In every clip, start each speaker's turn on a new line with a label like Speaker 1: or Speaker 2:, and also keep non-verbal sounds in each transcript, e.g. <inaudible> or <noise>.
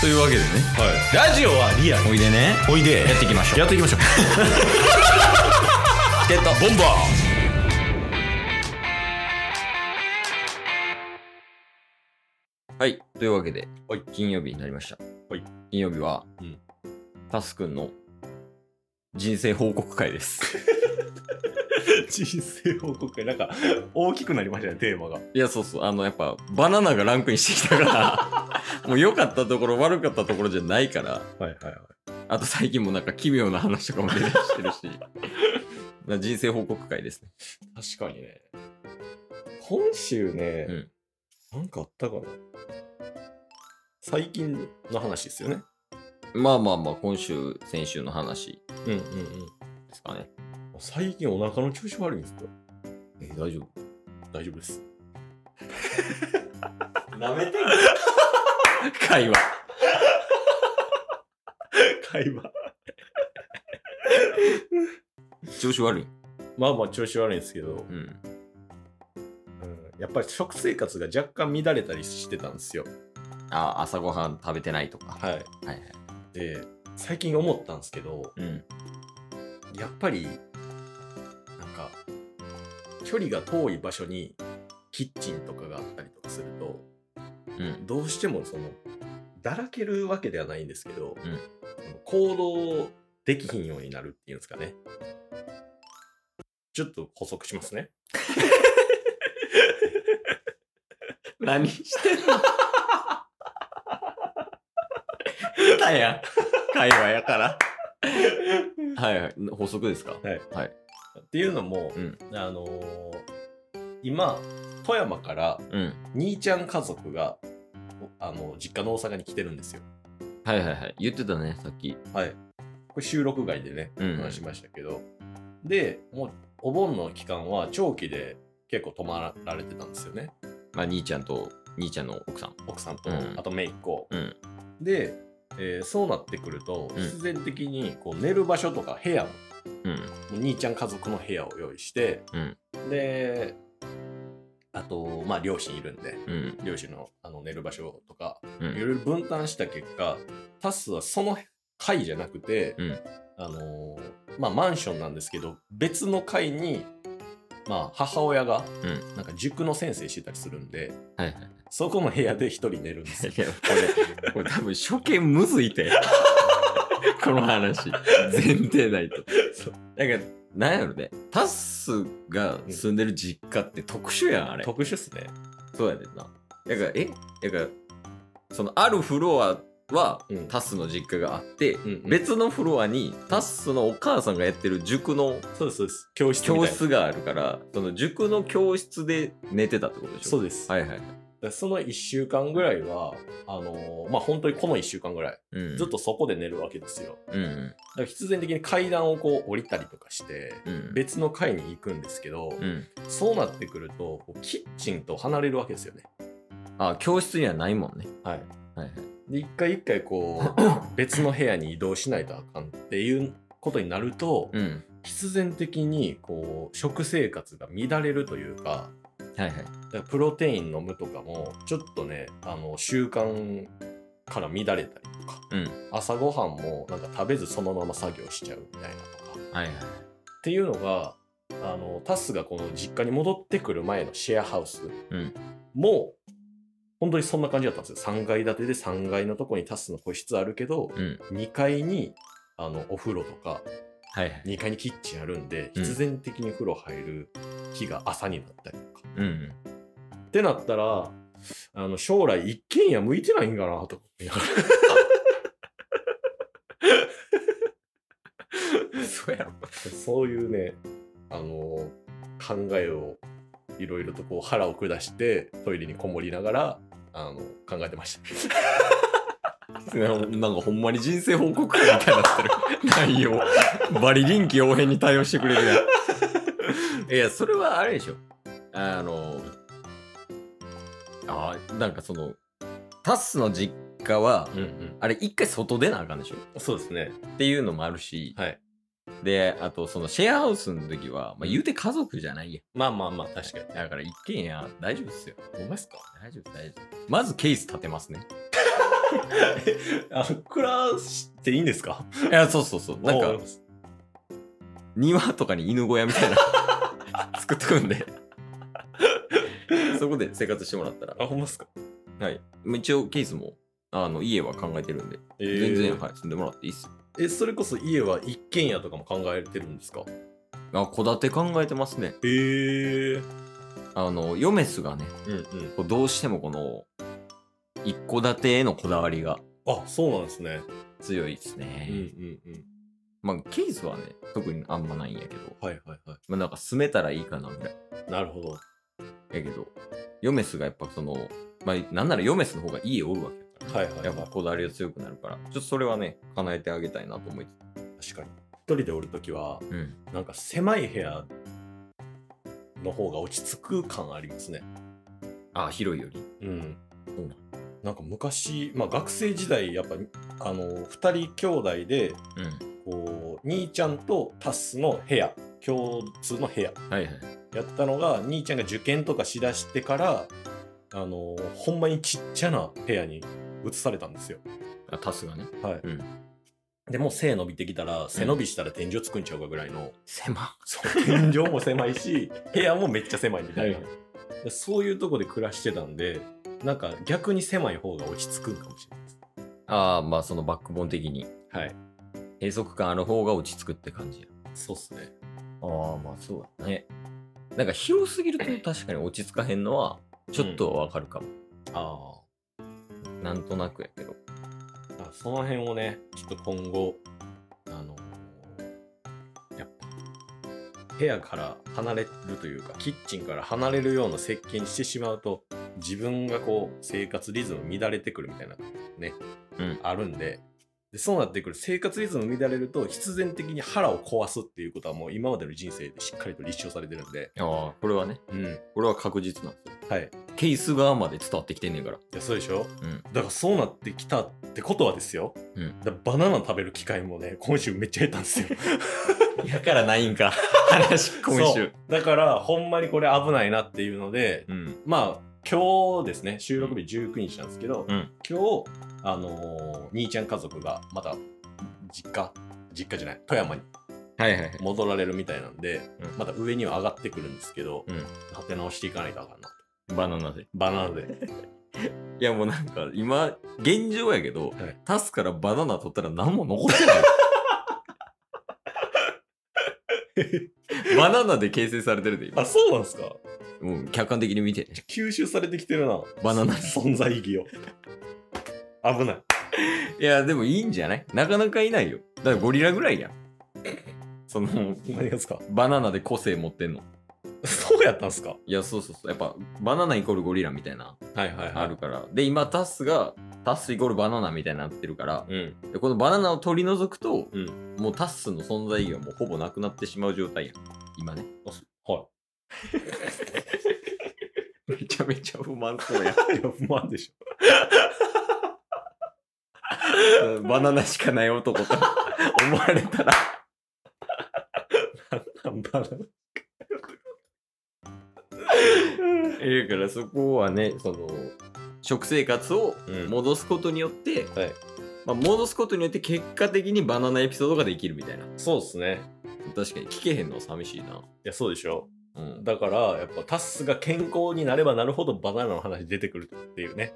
Speaker 1: というわけでね
Speaker 2: ラジオはリアル
Speaker 1: おいでね
Speaker 2: おいで
Speaker 1: やっていきましょう
Speaker 2: やっていきましょう
Speaker 1: チケットボンバーはい。というわけで、
Speaker 2: はい
Speaker 1: 金曜日になりました。
Speaker 2: はい
Speaker 1: 金曜日は、
Speaker 2: うん
Speaker 1: タスくんの人生報告会です。 <laughs>
Speaker 2: <laughs> 人生報告会なんか大きくなりましたねテーマが
Speaker 1: いや、そうそう。あの、やっぱ、バナナがランクインしてきた <laughs> から、もう良かったところ、悪かったところじゃないから、
Speaker 2: はいはいはい
Speaker 1: あと最近もなんか奇妙な話とかも出てきてる <laughs> し、な人生報告会ですね。
Speaker 2: 確かにね今週ね、なんかあったかな最近の話ですよね
Speaker 1: まあまあまあ、今週、先週の話
Speaker 2: うんうんうん
Speaker 1: ですかね。
Speaker 2: 最近お腹の調子悪いんですかえ大丈夫大丈夫 <laughs> です
Speaker 1: なめてんの会話。
Speaker 2: 会話
Speaker 1: 調子悪い。
Speaker 2: まあまあ調子悪いんですけど、
Speaker 1: うん。
Speaker 2: うんやっぱり食生活が若干乱れたりしてたんですよ
Speaker 1: あ、朝ごはん食べてないとか。
Speaker 2: はい
Speaker 1: い。はいはい。
Speaker 2: で最近思ったんですけど
Speaker 1: うん。
Speaker 2: やっぱりなんか距離が遠い場所にキッチンとかがあったりとかすると
Speaker 1: うん。
Speaker 2: どうしてもそのだらけるわけではないんですけど、
Speaker 1: うん
Speaker 2: その行動できひんようになるっていうんですかねちょっと補足しますね
Speaker 1: 何してんのだや。会話やから。はいはい。補足ですか
Speaker 2: はい、
Speaker 1: はい
Speaker 2: っていうのも、
Speaker 1: うん
Speaker 2: あのー今富山から
Speaker 1: うん。
Speaker 2: 兄ちゃん家族があの実家の大阪に来てるんですよ。
Speaker 1: はいはいはい。言ってたね、さっき。
Speaker 2: はい、これ収録外でね
Speaker 1: うん
Speaker 2: 話しましたけど、でもうお盆の期間は長期で結構泊まられてたんですよね
Speaker 1: まあ、兄ちゃんと、兄ちゃんの奥さん。
Speaker 2: 奥さんと、
Speaker 1: うん
Speaker 2: あと姪っ子。
Speaker 1: うん。
Speaker 2: で、えーそうなってくると
Speaker 1: うん
Speaker 2: 必然的にこう寝る場所とか部屋も
Speaker 1: うん。
Speaker 2: もう兄ちゃん家族の部屋を用意して、であとまあ両親いるんで
Speaker 1: うん。
Speaker 2: 両親のあの寝る場所とか
Speaker 1: う
Speaker 2: い
Speaker 1: ん。
Speaker 2: ろいろ分担した結果タスはその階じゃなくて、
Speaker 1: うん
Speaker 2: あのーまあマンションなんですけど別の階にまあ母親が
Speaker 1: う
Speaker 2: なんか塾の先生してたりするんで、
Speaker 1: はいはい。
Speaker 2: そこの部屋で一人寝るんですよ
Speaker 1: いや、これ、これ多分初見むずい
Speaker 2: <laughs>
Speaker 1: て。この話。前提ないと。なんか、なんやろね。タッスが住んでる実家って特殊やん、あれ。
Speaker 2: 特殊っすね
Speaker 1: そうやねんな。だから、えだから、その、あるフロアは、
Speaker 2: うん
Speaker 1: タッスの実家があって、
Speaker 2: んうん
Speaker 1: 別のフロアに、タッスのお母さんがやってる塾の
Speaker 2: そうですそうです教室
Speaker 1: 教
Speaker 2: みたいな
Speaker 1: 室があるから、その塾の教室で寝てたってことでしょ
Speaker 2: そうです、
Speaker 1: はいはい。
Speaker 2: でその1週間ぐらいはあのーまあ本当にこの1週間ぐらい
Speaker 1: うん。
Speaker 2: ずっとそこで寝るわけですよ
Speaker 1: うんうん。
Speaker 2: だから必然的に階段をこう降りたりとかして
Speaker 1: うん。
Speaker 2: 別の階に行くんですけど、
Speaker 1: うん。
Speaker 2: そうなってくると、こうキッチンと離れるわけですよね。
Speaker 1: あ、教室にはないもんね。
Speaker 2: はい。
Speaker 1: はいはい。
Speaker 2: で、一回一回こ
Speaker 1: <coughs>
Speaker 2: う、別の部屋に移動しないとあかんっていうことになると、
Speaker 1: うん。
Speaker 2: 必然的にこう、食生活が乱れるというか、
Speaker 1: はいはい。
Speaker 2: だからプロテイン飲むとかも、ちょっとね、あの、習慣から乱れたりとか、
Speaker 1: うん。
Speaker 2: 朝ごはんもなんか食べずそのまま作業しちゃうみたいなとか、
Speaker 1: はいはい。
Speaker 2: っていうのがあのタスがこの実家に戻ってくる前のシェアハウス
Speaker 1: うん
Speaker 2: も、う本当にそんな感じだったんですよ3階建てで3階のとこにタスの個室あるけど
Speaker 1: うん。
Speaker 2: 2階にあのお風呂とか
Speaker 1: はいはい。
Speaker 2: 2階にキッチンあるんで
Speaker 1: うん
Speaker 2: 必然的に風呂入る日が朝になったりとか、
Speaker 1: うん。
Speaker 2: ってなったらあの将来一軒家向いてないんかなとか思いながら
Speaker 1: そうやろ。
Speaker 2: そういうねあの考えをいろいろとこう腹を下してトイレにこもりながらあの考えてました
Speaker 1: なんかほんまに人生報告会みたいにな <laughs> ってる。内容。バリ臨機応変に対応してくれるやん。 <laughs> いや、それはあれでしょ。あの、あなんかその、タスの実家は、
Speaker 2: うんうん
Speaker 1: あれ一回外出なあかんでしょ
Speaker 2: そうですね
Speaker 1: っていうのもあるし、
Speaker 2: はい
Speaker 1: で、あとそのシェアハウスの時は、まあ、言うて家族じゃないやん。
Speaker 2: まあまあまあ確かに
Speaker 1: だから一軒家大丈夫っすよ。
Speaker 2: 思いますか
Speaker 1: 大丈夫大丈夫。まずケース立てますね。
Speaker 2: <laughs> あ暮らしていいんですか
Speaker 1: いや、そうそうそう。なん
Speaker 2: お
Speaker 1: か、庭とかに犬小屋みたいな <laughs> 作っとくんで。そこで生活してもらったら。
Speaker 2: あ、ほんまっすか、
Speaker 1: はい。一応、ケースも、あの、家は考えてるんで、
Speaker 2: えー
Speaker 1: 全然、はい、住んでもらっていいっす。
Speaker 2: え、それこそ家は一軒家とかも考えてるんですか
Speaker 1: あ、戸建て考えてますね。
Speaker 2: えー、
Speaker 1: あの、ヨメスがね、
Speaker 2: うんうん。
Speaker 1: こうどうしてもこの、一戸建てへのこだわりが
Speaker 2: あ、そうなんですね。
Speaker 1: 強いです
Speaker 2: う
Speaker 1: ね。
Speaker 2: んうんうん。
Speaker 1: まあ、ケースはね、特にあんまないんやけど、
Speaker 2: はいはいは
Speaker 1: まあ、なんか住めたらいいかな、みたい
Speaker 2: い。なるほど。
Speaker 1: やけど、ヨメスがやっぱその、まあ、なんならヨメスの方が家おるわけ。
Speaker 2: はいはい、はい。
Speaker 1: やっぱこだわりが強くなるから、ちょっとそれはね、叶えてあげたいなと思いつ
Speaker 2: 確かに。一人でおるときは、
Speaker 1: つ。うん。
Speaker 2: なんか狭い部屋の方が落ち着く感ありますね。
Speaker 1: あ、広いより。
Speaker 2: うん
Speaker 1: そうな。
Speaker 2: なんか昔、まあ、学生時代やっぱあの2人兄弟で
Speaker 1: うん。
Speaker 2: こう兄ちゃんとタッスの部屋共通の部屋
Speaker 1: はいはい。
Speaker 2: やったのが兄ちゃんが受験とかしだしてからあのほんまにちっちゃな部屋に移されたんですよ。
Speaker 1: あ、タスがね。
Speaker 2: はい
Speaker 1: うん
Speaker 2: でもう背伸びてきたら背伸びしたら天井作んちゃうかぐらいの、
Speaker 1: 狭。
Speaker 2: そう天井も狭いし部屋もめっちゃ狭いみたいな、
Speaker 1: はい
Speaker 2: でそういうとこで暮らしてたんでなんか逆に狭い方が落ち着くんかもしれないです
Speaker 1: ああ、まあそのバックボーン的に、
Speaker 2: はい
Speaker 1: 閉塞感ある方が落ち着くって感じや。
Speaker 2: そうっすね
Speaker 1: ああ、まあそうだね。なんか広すぎると確かに落ち着かへんのは、ちょっとはわかるかも。
Speaker 2: あ
Speaker 1: なんとなくやけど。
Speaker 2: あその辺をねちょっと今後あのやっぱ部屋から離れるというかキッチンから離れるような設計にしてしまうと自分がこう生活リズム乱れてくるみたいな
Speaker 1: うん。
Speaker 2: あるんででそうなってくる生活リズム乱れると必然的に腹を壊すっていうことはもう今までの人生でしっかりと立証されてるんで、
Speaker 1: ああ、これはね、
Speaker 2: うん、
Speaker 1: これは確実なんですよ。
Speaker 2: はいい
Speaker 1: ケース側まで伝わってきてんねんから。
Speaker 2: やそうでしょ
Speaker 1: うん。
Speaker 2: だからそうなってきたってことはですよ、
Speaker 1: うん
Speaker 2: だからバナナ食べる機会もね今週めっちゃ減ったんです
Speaker 1: <laughs>
Speaker 2: よ
Speaker 1: やからないんか。話、今
Speaker 2: そ
Speaker 1: 週
Speaker 2: う。だからほんまにこれ危ないなっていうので、
Speaker 1: うん。
Speaker 2: まあ今日ですね収録日19日なんですけど、
Speaker 1: うん
Speaker 2: 今日あのー兄ちゃん家族がまた実家実家じゃない富山に
Speaker 1: はいはいはい。
Speaker 2: 戻られるみたいなんで、
Speaker 1: うん
Speaker 2: まだ上には上がってくるんですけど、
Speaker 1: うん
Speaker 2: 立て直していかないとあかんなと
Speaker 1: バナナで。
Speaker 2: バナナで
Speaker 1: いやもうなんか今現状やけど、
Speaker 2: はい
Speaker 1: タスからバナナ取ったら何も残ってない <laughs> <laughs> バナナで形成されてるで今
Speaker 2: あそうなんですか
Speaker 1: もう客観的に見て
Speaker 2: 吸収されてきてるな
Speaker 1: バナナ
Speaker 2: 存在意義を危ない
Speaker 1: いやでもいいんじゃないなかなかいないよだからゴリラぐらいやんその
Speaker 2: 何がですか
Speaker 1: バナナで個性持ってんの
Speaker 2: そうやったんすか
Speaker 1: いやそうそうそうやっぱバナナイコールゴリラみたいな
Speaker 2: はいはい
Speaker 1: あるからで今タスがタスイコールバナナみたいになってるから
Speaker 2: うん
Speaker 1: でこのバナナを取り除くと、
Speaker 2: う
Speaker 1: もうタッスの存在意義はもうほぼなくなってしまう状態やん今ね
Speaker 2: は
Speaker 1: めちゃめちゃ不満そうや <laughs>
Speaker 2: いいや不満でし
Speaker 1: バナナしかない男と <laughs> 思われたら
Speaker 2: ょバナナ
Speaker 1: ええからそこはねその食生活を
Speaker 2: うん
Speaker 1: 戻すことによって、
Speaker 2: はい
Speaker 1: まあ、戻すことによって結果的にバナナエピソードができるみたいな
Speaker 2: そうっすね
Speaker 1: 確かに聞けへんのは寂しいない
Speaker 2: やそうでしょ
Speaker 1: うん
Speaker 2: だからやっぱタスが健康になればなるほどバナナの話出てくるっていうね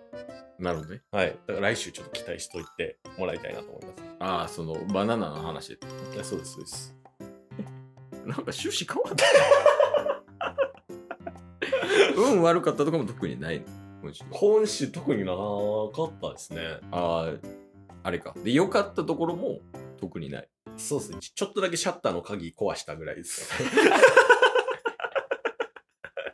Speaker 1: なるほどね
Speaker 2: はいだから来週ちょっと期待しといてもらいたいなと思います
Speaker 1: ああそのバナナの話
Speaker 2: いやそうですそうです
Speaker 1: なんか趣旨変わった。運悪かったとかも特にないの。今週
Speaker 2: 今週特になかったですね
Speaker 1: ああ、あれか。で、良かったところも特にない。
Speaker 2: そうですねちちょっとだけシャッターの鍵壊したぐらいです <laughs>